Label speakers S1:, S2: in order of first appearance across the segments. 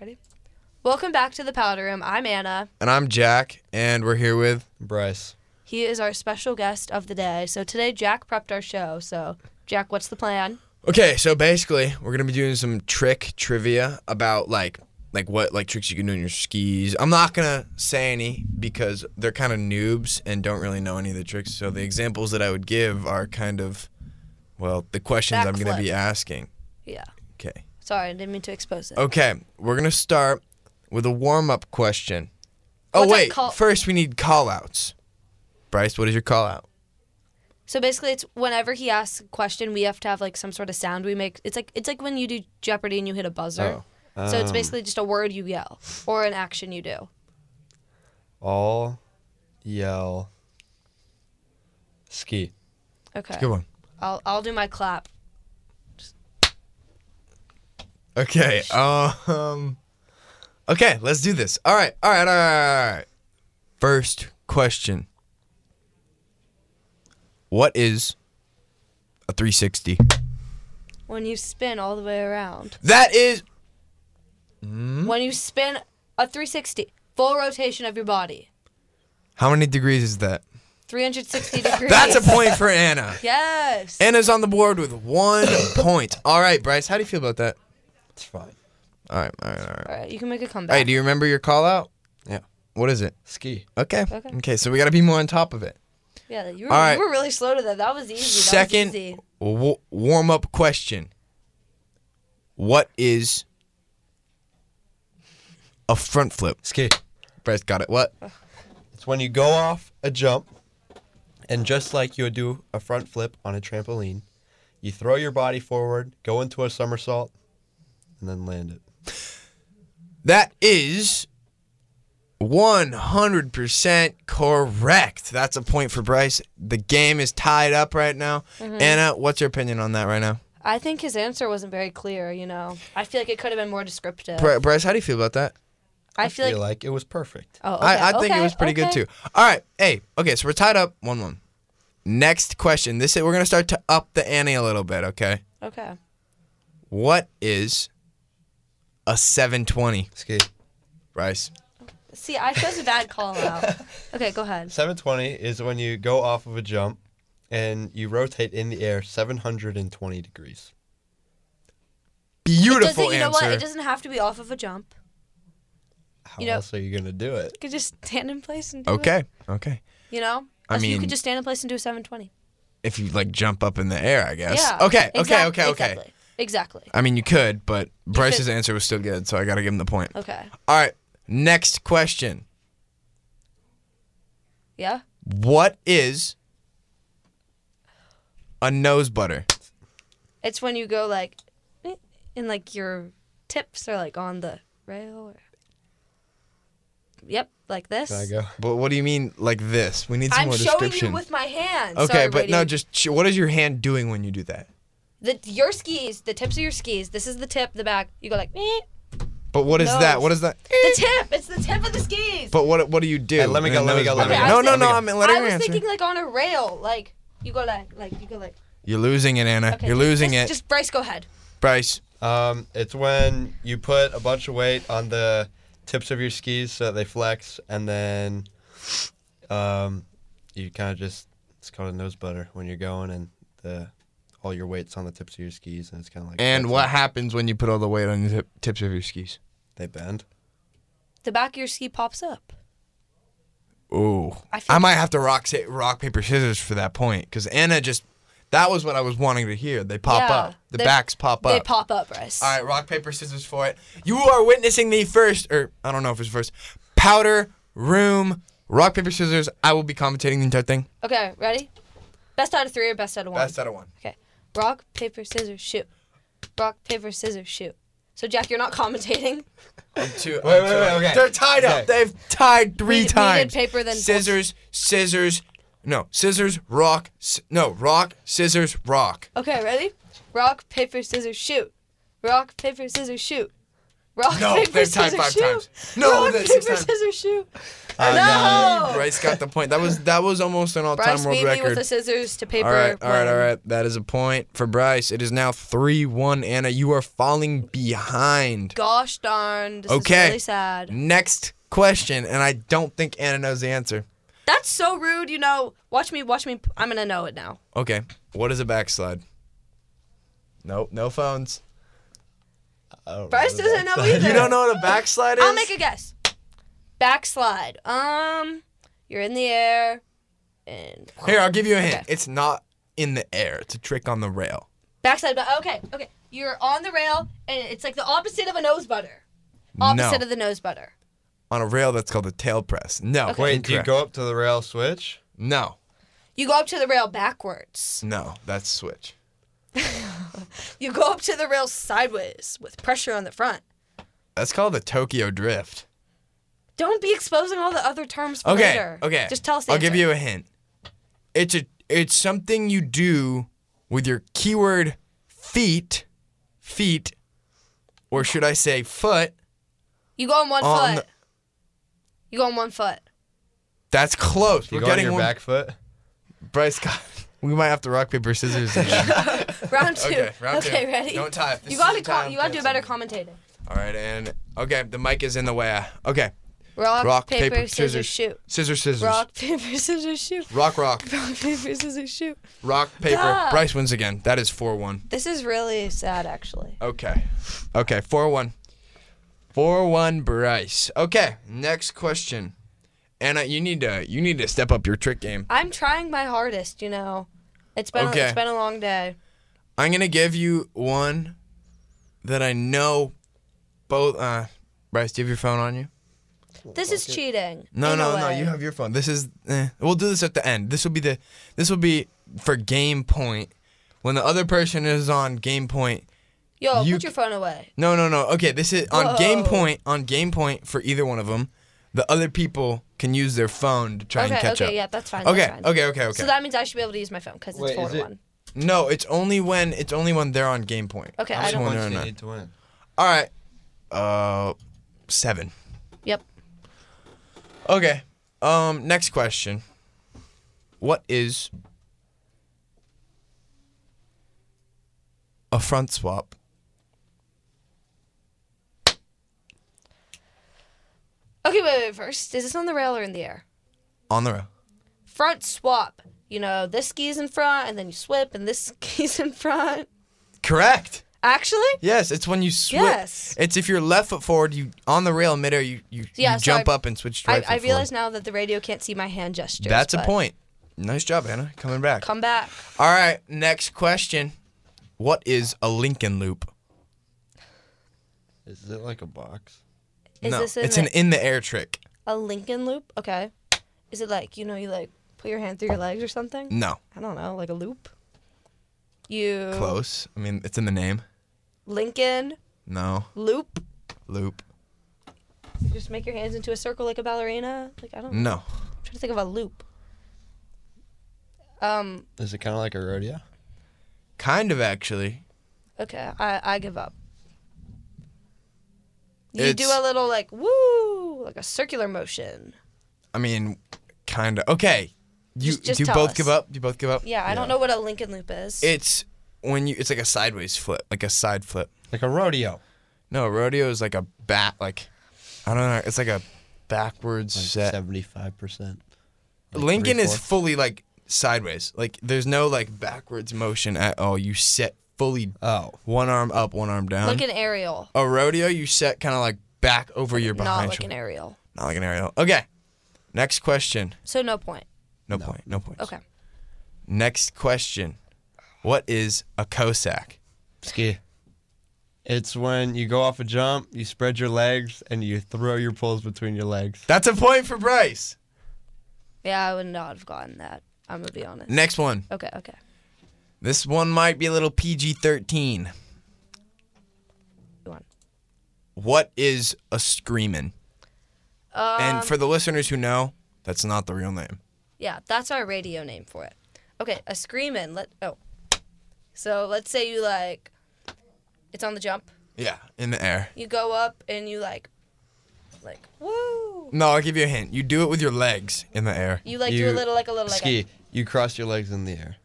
S1: Ready? Welcome back to the Powder Room. I'm Anna.
S2: And I'm Jack, and we're here with
S3: Bryce.
S1: He is our special guest of the day. So today, Jack prepped our show. So, Jack, what's the plan?
S2: Okay, so basically, we're gonna be doing some trick trivia about like like what like tricks you can do on your skis. I'm not gonna say any because they're kind of noobs and don't really know any of the tricks. So the examples that I would give are kind of well the questions I'm gonna be
S1: Backflip.
S2: asking.
S1: Yeah.
S2: Okay.
S1: Sorry, I didn't mean to expose it.
S2: Okay, we're gonna start with a warm up question. Oh
S1: What's a
S2: wait,
S1: call-
S2: first we need call outs. Bryce, what is your call out?
S1: So basically, it's whenever he asks a question, we have to have like some sort of sound we make. It's like it's like when you do Jeopardy and you hit a buzzer. so it's basically just a word you yell or an action you do.
S3: All yell ski.
S1: Okay.
S2: Good one.
S1: I'll I'll do my clap.
S2: Okay. Um. Okay, let's do this. All right. All right. All right. All right. First question. What is a 360?
S1: When you spin all the way around.
S2: That is
S1: When you spin a 360, full rotation of your body,
S2: how many degrees is that?
S1: 360 degrees.
S2: That's a point for Anna.
S1: Yes.
S2: Anna's on the board with one point. All right, Bryce. How do you feel about that?
S3: It's fine.
S2: All right. All right. All right.
S1: all right, you can make a comeback.
S2: Hey, do you remember your call out?
S3: Yeah.
S2: What is it?
S3: Ski.
S2: Okay.
S1: Okay.
S2: Okay. So we got to be more on top of it.
S1: yeah, you were,
S2: all right.
S1: you were really slow to that. That was easy. That was
S2: Second
S1: easy.
S2: w- warm up question What is a front flip?
S3: Ski.
S2: Bryce got it. What?
S3: It's when you go off a jump and just like you would do a front flip on a trampoline, you throw your body forward, go into a somersault, and then land it.
S2: That is 100% correct. That's a point for Bryce. The game is tied up right now.
S1: Mm-hmm.
S2: Anna, what's your opinion on that right now?
S1: I think his answer wasn't very clear, you know. I feel like it could have been more descriptive.
S2: Bry- Bryce, how do you feel about that?
S1: I feel like.
S3: it was perfect.
S1: Oh, okay,
S2: I, I think
S1: okay,
S2: it was pretty
S1: okay.
S2: good too. All right, hey, okay, so we're tied up one one. Next question. This is, we're gonna start to up the ante a little bit, okay?
S1: Okay.
S2: What is a 720,
S3: Ski.
S2: Bryce?
S1: See, I chose a bad call out. Okay, go ahead.
S3: 720 is when you go off of a jump and you rotate in the air 720 degrees.
S2: Beautiful
S1: doesn't, you know
S2: answer.
S1: what? It doesn't have to be off of a jump.
S3: How
S1: You know-
S3: else are you going to do it?
S1: You could just stand in place and do it,
S2: okay, okay.
S1: You know?
S2: I
S1: you
S2: mean-
S1: could just stand in place and do a 720.
S2: If you like jump up in the air, I guess.
S1: Yeah.
S2: Okay, okay,
S1: exact-
S2: okay, okay.
S1: Exactly. Exactly.
S2: I mean, you could, but Bryce's
S1: could-
S2: answer was still good, so I gotta give him the point.
S1: Okay.
S2: All right, next question.
S1: Yeah?
S2: What is a nose butter?
S1: It's when you go like, eh, and like your tips are like on the rail. Or... Yep, like this.
S3: Can I go?
S2: But what do you mean, like this? We need some
S1: I'm
S2: more
S1: showing
S2: description.
S1: you with my hands.
S2: okay,
S1: Sorry,
S2: but no,
S1: Brady.
S2: just sh- what is your hand doing when you do that?
S1: the, your skis, the tips of your skis. This is the tip, the back. You go like, eh.
S2: But what is that?
S1: Nose.
S2: What is that?
S1: the tip. It's the tip of the skis.
S2: But what what do you do?
S3: Hey, let me
S2: with a
S3: go, let me
S2: nose
S3: go, let
S1: me
S2: butter?
S1: go.
S2: No, no,
S1: Okay,
S2: no.
S3: I
S2: I'm
S3: was
S2: letting
S1: I
S2: her
S1: was
S2: answer.
S1: thinking like on a rail, like you go like, like you go like.
S2: You're losing it, Anna.
S1: Okay,
S2: You're
S1: just-
S2: losing
S1: just-
S2: it,
S1: Just Bryce, go ahead.
S2: Bryce.
S3: Um, it's when you put a bunch of weight on the tips of your skis so that they flex, and then um, you kind of just it's called a nose butter when you're going, and the all your weight's on the tips of your skis, and it's kind of like
S2: And
S3: that's
S2: what
S3: it.
S2: happens when you put all the weight on the tip- tips of your skis?
S3: they bend.
S1: The back of your ski pops up.
S2: Ooh,
S1: I
S2: I,
S1: feel-
S2: might have to rock sa- rock paper scissors for that point because Anna just that was what I was wanting to hear. They pop
S1: Yeah,
S2: up. The
S1: they-
S2: backs pop up.
S1: They pop up, Bryce.
S2: All right, rock, paper, scissors for it. You are witnessing the first, or I don't know if it's first, powder room, rock, paper, scissors. I will be commentating the entire thing.
S1: Okay, ready? Best out of three or best out of one?
S2: Best out of one.
S1: Okay. Rock, paper, scissors, shoot. Rock, paper, scissors, shoot. So Jack, you're not commentating.
S2: I'm two.
S3: Wait, wait, wait, okay.
S2: um, They're tied up.
S3: Okay.
S2: They've tied three
S1: We- we did
S2: times.
S1: paper, then bullsh-
S2: scissors, scissors. No, scissors, rock. S- no, rock, scissors, rock.
S1: Okay, ready? Rock, paper, scissors, shoot. Rock, paper, scissors, shoot. Rock,
S2: No,
S1: paper,
S2: there's time
S1: scissors,
S2: five
S1: shoe.
S2: times. No,
S1: Rock,
S2: there's
S1: paper,
S2: six times.
S1: scissors, shoe.
S3: Uh,
S1: no.
S2: Bryce got the point. That was that was almost an all-time
S1: Oh. Bryce
S2: world
S1: beat me
S2: record.
S1: with the scissors to paper.
S2: all right, all right,
S1: win.
S2: all right. That is a point for Bryce. It is now three-one. Anna, you are falling behind.
S1: Gosh darn. This
S2: Okay.
S1: is really sad.
S2: Next question, and I don't think Anna knows the answer.
S1: That's so rude. You know, watch me, watch me. I'm gonna know it now.
S2: Okay, what is a backslide? Nope, no phones.
S3: I don't
S1: Bryce
S3: remember
S1: doesn't
S3: that.
S1: know either.
S2: You don't know what a backslide is?
S1: I'll make a guess. Backslide. Um, you're in the air, and
S2: Here, I'll give you a hint.
S1: Okay.
S2: It's not in the air. It's a trick on the rail.
S1: backslide. but- Okay, okay. You're on the rail, and it's like the opposite of a nose butter. Opposite
S2: no,
S1: of the nose butter.
S2: on a rail that's called a tail press. No.
S1: Okay.
S3: Wait, do you
S2: incorrect.
S3: go up to the rail switch?
S2: No,
S1: You go up to the rail backwards.
S2: no, that's switch.
S1: You go up to the rail sideways with pressure on the front.
S2: That's called the Tokyo drift.
S1: Don't be exposing all the other terms for
S2: Okay,
S1: later.
S2: okay.
S1: Just tell us. The
S2: I'll
S1: answer.
S2: give you a hint. It's a it's something you do with your keyword feet, feet, or should I say foot?
S1: You go on one
S2: on
S1: foot.
S2: the-
S1: You go on one foot.
S2: That's close.
S3: Do you
S2: We're
S3: go on
S2: getting
S3: your
S2: one.
S3: back foot?
S2: Bryce got. We might have to rock paper scissors. again.
S1: Round two.
S2: okay, round two.
S1: okay, ready?
S2: Don't tie. This
S1: you
S2: is
S1: gotta
S2: the time
S1: com- you gotta do
S2: for
S1: better
S2: something.
S1: commentating.
S2: All right, and okay, the mic is in the way. Okay,
S1: Rock,
S2: rock,
S1: paper,
S2: scissors,
S1: scissors, shoot.
S2: Scissors, scissors.
S1: Rock, paper, scissors, shoot.
S2: rock, rock,
S1: Rock, paper, scissors, shoot.
S2: rock, paper.
S1: Duh.
S2: Bryce wins again. That is four one.
S1: This is really sad, actually.
S2: Okay. Okay, 4 1. 4 1 Bryce. Okay, next question. Anna, you need to you need to step up your trick game.
S1: I'm trying my hardest, you know. It's been
S2: Okay.
S1: a, it's been a long day.
S2: I'm gonna give you one that I know both uh Bryce, do you have your phone on you?
S1: This is cheating.
S2: No,
S1: in
S2: no,
S1: a
S2: no, you
S1: way.
S2: have your phone. This is eh, we'll do this at the end. This will be the this will be for game point. When the other person is on game point.
S1: Yo,
S2: you
S1: put your phone away.
S2: No, no, no. Okay, this is on game
S1: Whoa.
S2: point on game point for either one of them. The other people can use their phone to try
S1: Okay,
S2: and catch
S1: okay,
S2: up.
S1: yeah, that's fine.
S2: Okay,
S1: that's fine.
S2: okay, okay, okay.
S1: So that means I should be able to use my phone because it's
S3: Wait,
S1: four
S3: is
S1: to
S3: it-
S1: one.
S2: no, it's only when it's only when they're on game point.
S1: Okay,
S2: I'm
S1: I
S2: just
S1: don't-
S3: How much
S2: wondering
S3: do you
S2: that.
S3: need to win?
S2: All right. Uh, seven.
S1: Yep.
S2: Okay. Um, next question. What is a front swap?
S1: Okay, wait, wait. First, is this on the rail or in the air?
S2: On the row.
S1: Front swap. You know, this ski's in front, and then you swip, and this ski's in front.
S2: Correct.
S1: Actually,
S2: Yes, it's when you switch.
S1: Yes.
S2: It's if you're left foot forward, you on the rail in midair, you you,
S1: Yeah,
S2: you
S1: so
S2: jump
S1: I-
S2: up and switch to right
S1: I, I
S2: foot
S1: realize
S2: forward.
S1: now that the radio can't see my hand gestures.
S2: That's a
S1: but
S2: point. Nice job, Anna. Coming back.
S1: Come back.
S2: All right, next question. What is a Lincoln loop?
S3: Is it like a box?
S1: Is
S2: no,
S1: this in
S2: it's
S1: the-
S2: an in the air trick.
S1: A Lincoln loop? Okay. Is it like, you know, you like put your hand through your legs or something?
S2: No,
S1: I don't know, like a loop? You.
S2: close. I mean, it's in the name.
S1: Lincoln
S2: No,
S1: loop.
S2: loop.
S1: You just make your hands into a circle like a ballerina. Like, I don't
S2: No,
S1: I'm trying to think of a loop. Um,
S3: Is it kind of like a rodeo?
S2: kind of actually.
S1: okay. I, I give up. You do
S2: It's-
S1: a little like woo, like a circular motion.
S2: I mean, kind of. Okay, you
S1: Just- just
S2: do you
S1: tell
S2: both
S1: us.
S2: give up. Do you both give up?
S1: Yeah, I don't know what a Lincoln loop is.
S2: It's when you. It's like a sideways flip, like a side flip.
S3: Like a rodeo.
S2: No, rodeo is like a bat. Like I don't know. It's like a backwards set.
S3: Seventy-five percent.
S2: Lincoln is fully like sideways. Like there's no like backwards motion at all. You set fully
S3: Oh,
S2: one arm up, one arm down.
S1: like an aerial,
S2: a rodeo, you set kind of like back over your
S1: not
S2: behind
S1: like an
S2: shoulder.
S1: aerial.
S2: not like an aerial. Okay. Next question.
S1: So no point.
S2: No, point. No point.
S1: Okay.
S2: Next question. What is a Cossack?
S3: ski. It's when you go off a jump, you spread your legs, and you throw your poles between your legs.
S2: That's a point for Bryce.
S1: Yeah, I would not have gotten that. I'm gonna be honest.
S2: Next one.
S1: Okay, okay.
S2: This one might be a little PG 13.
S1: Go on.
S2: What is a screamin'?
S1: Um,
S2: and for the listeners who know, that's not the real name.
S1: yeah, that's our radio name for it. Okay, a screamin'. Let oh. So let's say you like, it's on the jump.
S2: Yeah, in the air.
S1: You go up and you like, like woo.
S2: No, I'll give you a hint. You do it with your legs in the air.
S1: You like
S3: You
S1: do a little like a little like.
S3: Ski.
S1: A,
S3: You cross your legs in the air.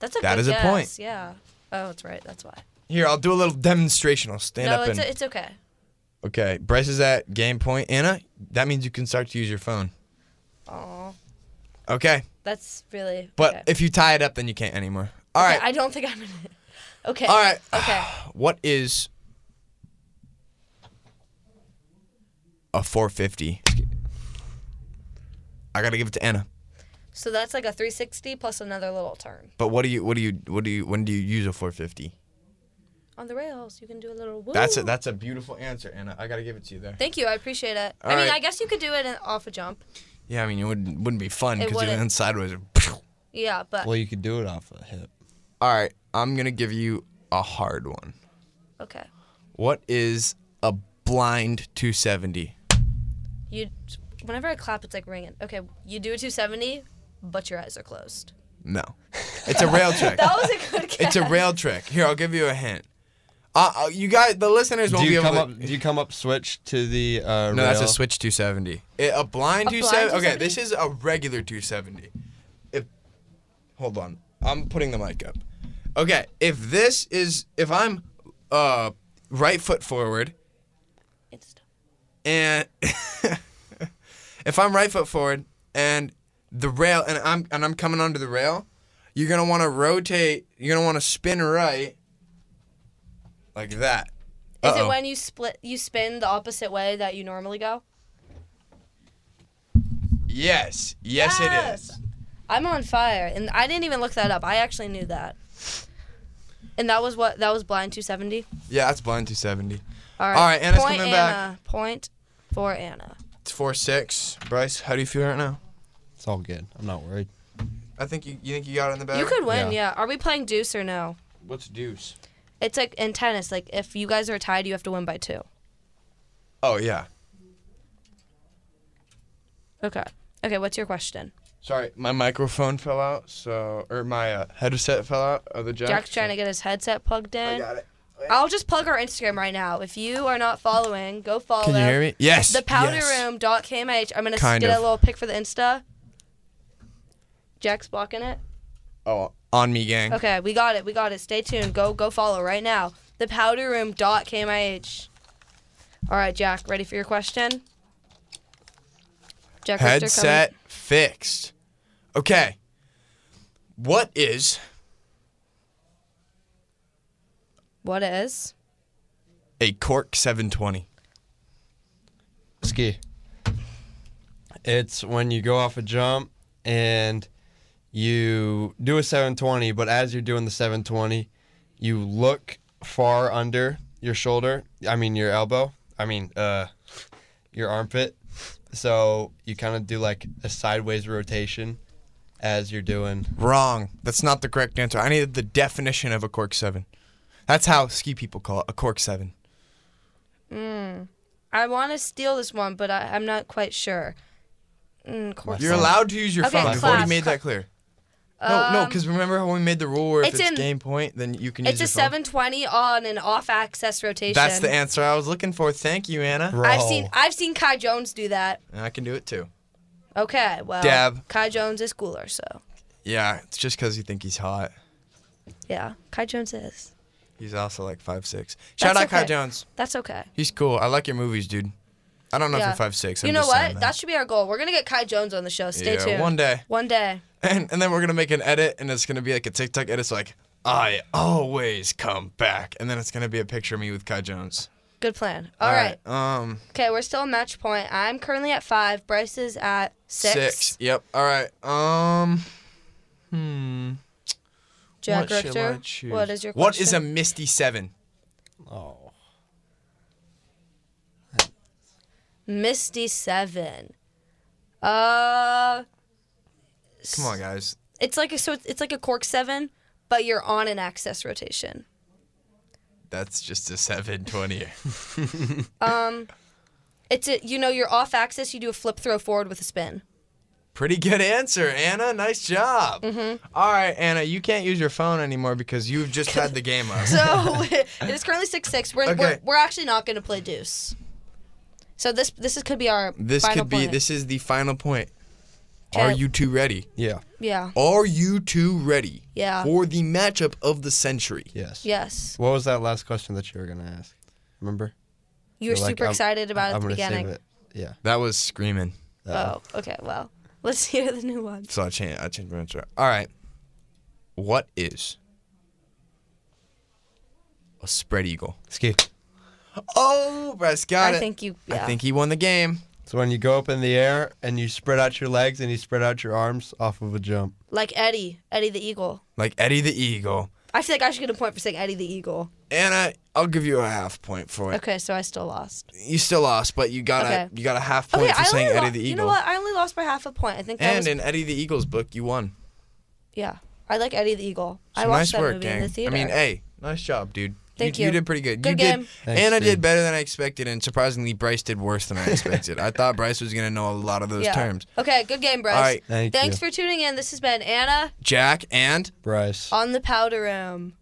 S1: that's a
S2: That
S1: good
S2: is a
S1: guess.
S2: point.
S1: Yeah. Oh, that's right. That's why.
S2: Here, I'll do a little demonstration. I'll stand
S1: no,
S2: up
S1: it's
S2: and.
S1: it's okay.
S2: okay, Bryce is at game point. Anna, that means you can start to use your phone.
S1: Oh,
S2: Okay,
S1: that's really.
S2: but
S1: okay.
S2: if you tie it up, then you can't anymore. All right.
S1: Okay, I don't think I'm gonna. Okay.
S2: All right.
S1: Okay.
S2: What is a 450? I gotta give it to Anna.
S1: So that's like a 360 plus another little turn
S2: But what do you? What do you? What do you? When do you use a 450?
S1: on the rails. You can do a little. Woo.
S2: That's a that's a beautiful answer, Anna. I gotta give it to you there.
S1: Thank you. I appreciate it.
S2: All
S1: I mean,
S2: right.
S1: I guess you could do it in, off a jump.
S2: Yeah, I mean it wouldn't wouldn't be fun
S1: It
S2: because you
S1: wouldn't.
S2: land sideways.
S1: Yeah, but
S3: Well, you could do it off a hip.
S2: All right, I'm gonna give you a hard one.
S1: okay.
S2: What is a blind 270?
S1: You. Whenever I clap, it's like ringing. Okay, you do a 270, but your eyes are closed.
S2: No, it's a rail trick.
S1: That was a good guess.
S2: It's a rail trick. Here, I'll give you a hint. Uh, uh, you guys, the listeners won't
S3: Do
S2: be
S3: you
S2: able
S3: come
S2: to.
S3: up? Do you come up switch to the uh,
S2: No, that's a
S3: rail?
S2: switch 270. It, a blind
S1: A blind
S2: 270. Okay,
S1: 270?
S2: this is a regular 270. If hold on, I'm putting the mic up. Okay, if this is if I'm uh right foot forward
S1: It's-
S2: and if I'm right foot forward and the rail and I'm and I'm coming onto the rail, you're gonna want to rotate. You're gonna want to spin right like that.
S1: Is
S2: Uh-oh.
S1: it when you split, you spin the opposite way that you normally go?
S2: Yes, yes, it
S1: Yes.
S2: is.
S1: I'm on fire, and I didn't even look that up. I actually knew that. And that was what that was blind 270.
S2: Yeah, that's blind 270.
S1: All right.
S2: All right, Anna's
S1: Point
S2: coming back.
S1: Anna. Point for Anna.
S2: It's four six. Bryce, how do you feel right now?
S3: It's all good. I'm not worried.
S2: I think you you think you got it in the bag.
S1: You could win, yeah.
S3: Yeah.
S1: Are we playing deuce or no?
S2: What's deuce?
S1: It's like in tennis, like if you guys are tied, you have to win by two.
S2: Oh yeah.
S1: Okay. Okay, what's your question?
S2: Sorry, my microphone fell out. So or my uh, headset fell out of the jack.
S1: Jack's trying to get his headset plugged in.
S2: I got it.
S1: I'll just plug our Instagram right now. If you are not following, go follow.
S2: Can you hear me? Yes.
S1: The powder
S2: yes.
S1: room dot KMH. I'm gonna s-
S2: Kind
S1: get
S2: of.
S1: a little pic for the Insta. Jack's blocking it.
S2: Oh, on me, gang.
S1: Okay, we got it. We got it. Stay tuned. Go go follow right now. The powder room dot KMH. All right, Jack, ready for your question? Jack Richter coming-
S2: Headset fixed. Okay. What is
S1: What is?
S2: a cork 720?
S3: Ski. It's when you go off a jump and you do a 720, but as you're doing the 720, you look far under your shoulder. I mean your elbow. I mean uh, your armpit. So you kind of do like a sideways rotation as you're doing.
S2: Wrong. That's not the correct answer. I needed the definition of a cork seven. That's how ski people call it a cork seven.
S1: I want to steal this one, but I, I'm not quite sure. Mm, course.
S2: You're allowed to use your
S1: Okay,
S2: phone. We've already
S1: class,
S2: made
S1: cla-
S2: that clear. No, no,
S1: Um,
S2: because remember how we made the rule where if it's,
S1: it's in-
S2: game point, then you can use
S1: It's
S2: your
S1: a
S2: phone?
S1: 720 on and off access rotation.
S2: That's the answer I was looking for. Thank you, Anna.
S1: I've seen I've seen Kai Jones do that.
S2: And I can do it too.
S1: Okay, well,
S2: Dab.
S1: Kai Jones is cooler, so
S2: Yeah, it's just because you think he's hot.
S1: yeah, Kai Jones is.
S2: He's also like five six. Shout out
S1: That's
S2: Kai
S1: okay.
S2: Jones.
S1: That's okay.
S2: He's cool. I like your movies, dude. I don't know
S1: Yeah.
S2: if you're five six.
S1: you know what? That. should be our goal. We're gonna get Kai Jones on the show. Stay
S2: Yeah,
S1: tuned.
S2: one day.
S1: One day.
S2: And and then we're gonna make an edit, and it's gonna be like a TikTok edit. It's like I always come back, and then it's gonna be a picture of me with Kai Jones.
S1: Good plan. All right.
S2: Um.
S1: Okay, we're still a match point. I'm currently at five. Bryce is at six.
S2: Yep. All right. Um. Hmm.
S1: Jack
S2: what shall I
S1: Richter.
S2: choose?
S1: What is your question?
S2: What is a misty seven?
S3: Oh.
S1: Misty Seven? Uh,
S2: Come on, guys.
S1: it's like a so it's, it's like a cork seven, but you're on an access rotation.
S2: That's just a seven twenty.
S1: Um, it's a, you know you're off axis. You do a flip throw forward with a spin.
S2: Pretty good answer, Anna. Nice job.
S1: Mm-hmm.
S2: All right, Anna, you can't use your phone anymore because you've just had the game up.
S1: So it is currently six six. We're, we're
S2: Okay.
S1: we're actually not going to play deuce. So this this is, could be our
S2: this
S1: final
S2: could be.
S1: point.
S2: This is the final point.
S1: Okay.
S2: Are you two ready?
S3: Yeah.
S1: yeah
S2: Are you two ready?
S1: Yeah.
S2: For the matchup of the century.
S3: Yes.
S1: yes
S3: What was that last question that you were gonna ask? Remember?
S1: you were
S3: You're like,
S1: super
S3: I'm-
S1: excited about it at
S3: I'm
S1: the
S3: gonna
S1: beginning.
S3: save it. Yeah. Uh,
S2: That was screaming.
S1: Oh okay well let's hear the new one.
S2: So I changed. I changed my answer. All right. What is a spread eagle?
S3: Ski.
S2: Oh, Bryce got
S1: I
S2: it.
S1: think you
S2: I
S1: yeah
S2: think he won the game.
S3: So when you go up in the air and you spread out your legs and you spread out your arms off of a jump.
S1: like Eddie Eddie the Eagle.
S2: Like Eddie the eagle.
S1: I feel like I should get a point for saying Eddie the Eagle.
S2: Anna, I'll give you a half point for it.
S1: Okay, so I still lost.
S2: You still lost, but you got
S1: Okay.
S2: a you got a half point
S1: Okay,
S2: for
S1: I
S2: saying
S1: only
S2: Eddie
S1: lo-
S2: the eagle.
S1: you know what? I only lost by half a point. I think that
S2: And
S1: was
S2: in Eddie the Eagle's book, you won.
S1: yeah. I like Eddie the Eagle. I
S2: So
S1: watched
S2: nice
S1: that
S2: work,
S1: movie
S2: gang.
S1: in the theater.
S2: I mean, hey, nice job, dude.
S1: Thank
S2: you
S1: you.
S2: did pretty good.
S1: Good
S2: you
S1: game.
S2: did,
S3: Thanks,
S2: Anna did
S3: dude.
S2: better than I expected, and surprisingly, Bryce did worse than I expected. I thought Bryce was gonna know a lot of those
S1: yeah.
S2: terms.
S1: Okay, good game, Bryce.
S2: All right.
S3: Thank
S1: Thanks
S3: you.
S1: for tuning in. This has been Anna
S2: Jack and
S3: Bryce.
S1: on the powder room.